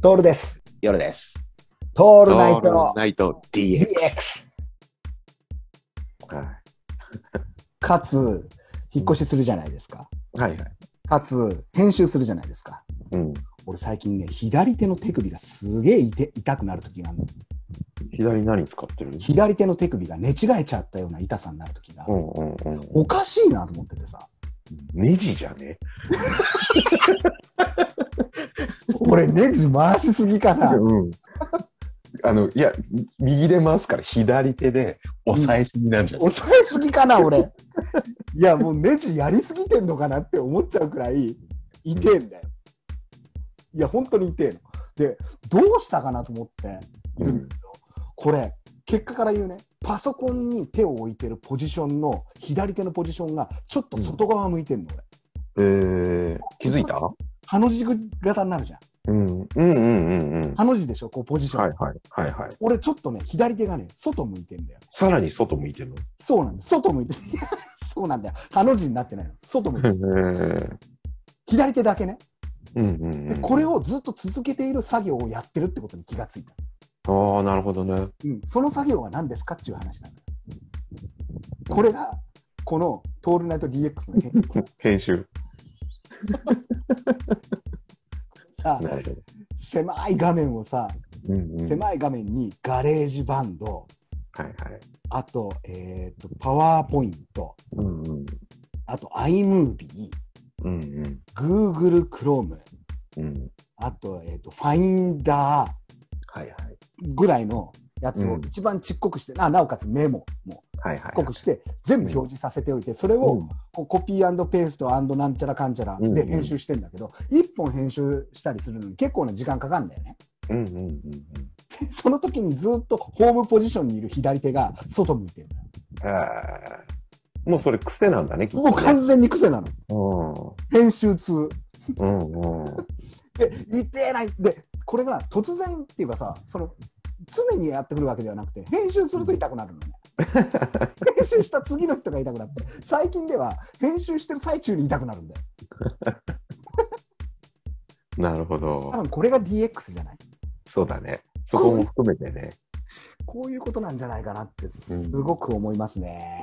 トールです。夜です。トオールナイトナイト DX。 DX。はいかつ、引っ越しするじゃないですか。はいはい。かつ、編集するじゃないですか。うん。俺最近ね、左手の手首がすげえ痛痛くなる時があるの。左何使ってる左手の手首が寝違えちゃったような痛さになる時があうる。んうんうん。おかしいなと思っててさ。ネジじゃね俺ネジ回しすぎかな。うん。 あの、いや、右で回すから左手で押さえすぎなんじゃない、抑えすぎかな、俺。いや、もうネジやりすぎてんのかなって思っちゃうくらい、痛えんだよ。いや、本当に痛えの。で、どうしたかなと思って。ううんんこれ結果から言うねパソコンに手を置いてるポジションの左手のポジションがちょっと外側向いてるの、俺えー、気づいたハの字型になるじゃんうん。うんうんうんうん。ハの字でしょこうポジション、はいはい。はいはい。俺ちょっとね左手がね外向いてんだよさらに外向いてるそうなんだよ 外向いてそうなんだよハの字になってないの外向いてるの。へー左手だけねうんうんうでん。これをずっと続けている作業をやってるってことに気がついた、ああ、なるほどね。うん、その作業は何ですかっていう話なんだよこれがこの「トールナイト DX」の変 化編集。さなるほ狭い画面をさど。うんうん。はい狭い画面にガレージバンド、はい。あと、えー、と、パワーポイント、うんうん。あと iMovie、うんうん。 Google Chrome、うん。あと、えー、と、Finder はいはい。ぐらいのやつうをん一番ちっこくして、あなおかつメモもはいはちっこくして、全部表示させておいて、それをこうコピーペーストなんちゃらかんちゃらうんうでん編集してんだけど、一本編集したりするのに結構な時間かかるんだよね。うんうんうんでその時にずっとホームポジションにいる左手が外向いてる。うん。ああ。もうそれ癖なんだね、きっもうとね。完全に癖なの。う編集通。ん。うんうん。で、痛えない。で、これが突然っていうかさ、その、常にやってくるわけではなくて、編集すると痛くなるのね。編集した次の人が痛くなって、最近では編集してる最中に痛くなるんだよ。なるほど多。分これが DX じゃないそうだね。そこも含めてね。こういうことなんじゃないかなって、すごく思いますね。